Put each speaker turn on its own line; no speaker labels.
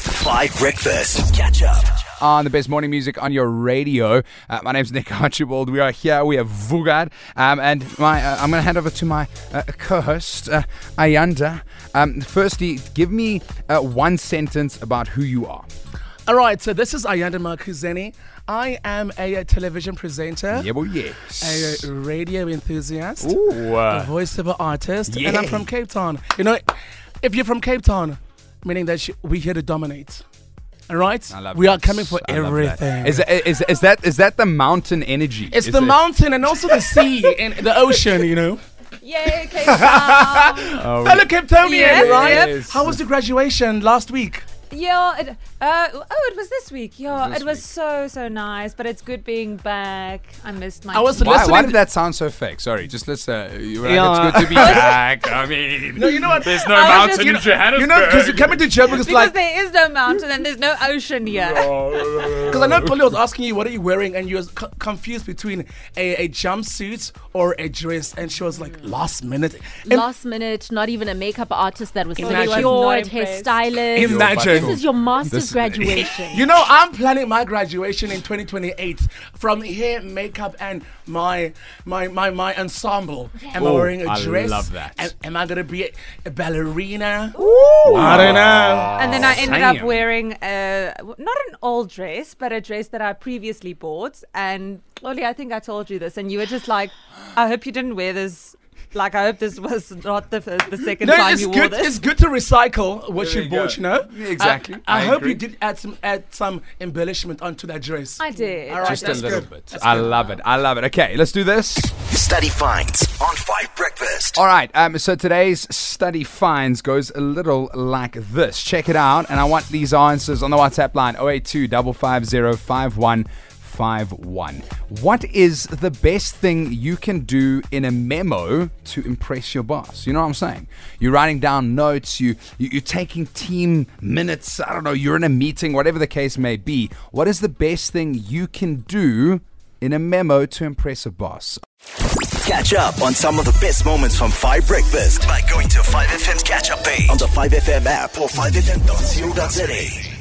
Five Breakfast. Catch up.
on the best morning music on your radio. Uh, my name's Nick Archibald. We are here. We are Vugad. Um, and my, uh, I'm going to hand over to my uh, co host, uh, Ayanda. Um, firstly, give me uh, one sentence about who you are.
All right, so this is Ayanda Markuzeni. I am a, uh, television presenter,
Yeah, well,
a
yes.
uh, radio enthusiast,
Ooh, uh,
a voiceover artist, and I'm
Yay.
from Cape Town. You know, if you're from Cape Town, meaning that you- we're here to dominate. All right?
I love
we are
that.
coming for
I love that.
everything.
Is, that- is, is, that, is that the mountain energy?
it's
Is
the
it-
mountain and also the sea and the ocean, you know.
Yay, Cape Town.
Fellow Cape Townian,
Yes,
right?
yes.
How was the graduation last week?
yeah, it, uh, oh, it was this week. Yeah, it
was
was,
this week.
so, so nice, but it's good being back. I missed my.
I was
team.
Why, why
listening-
did that sound so fake? Sorry, just let's. Uh, you're right,
Yeah.
It's good to be back. I mean,
No, you know what?
there's no
I was
mountain
just-
in
you know-
Johannesburg.
You know, because you're coming to Joburg, it's
Because
like,
there is no mountain and there's no ocean here.
Because I know Polly was asking you, what are you wearing? And you were c- confused between a, a jumpsuit or a dress. And she was like, last minute. Im-
last minute, not even a makeup artist that was
Imagine.
secured,
Not
hair
impressed.
stylist.
You're back
Imagine.
home.
This is your master's
This-
graduation.
you know, I'm planning my graduation in 2028 from hair, makeup, and my my my, my ensemble. Am I
Oh,
wearing a
I
dress?
love that.
Am, am I gonna be a, a ballerina?
I
don't know.
And then I ended up
Damn.
wearing a, not an old dress, but a dress that I previously bought. And Lolly, I think I told you this, and you were just like, I hope you didn't wear this. Like, I hope this was not the, first, the second
No,
time
it's
you wore
good.
this.
It's good to recycle what
There
you
you
bought.
go.
You know,
Yeah, exactly.
I, I
I
hope
agree.
you did add some add some embellishment onto that dress.
I did.
All right,
Just a
that's
little
good.
bit.
That's
I
good.
love it. I love it. Okay, let's do this.
Study finds on Five Breakfast.
All right. Um, so today's study finds goes a little like this. Check it out, and I want these answers on the WhatsApp line 082 550 5151. What is the best thing you can do in a memo to impress your boss? You know what I'm saying? You're writing down notes, you, you you're taking team minutes, I don't know, you're in a meeting, whatever the case may be. What is the best thing you can do in a memo to impress a boss?
Catch up on some of the best moments from Five Breakfast by going to 5FM's catch up page on the 5FM app or 5FM.co.za.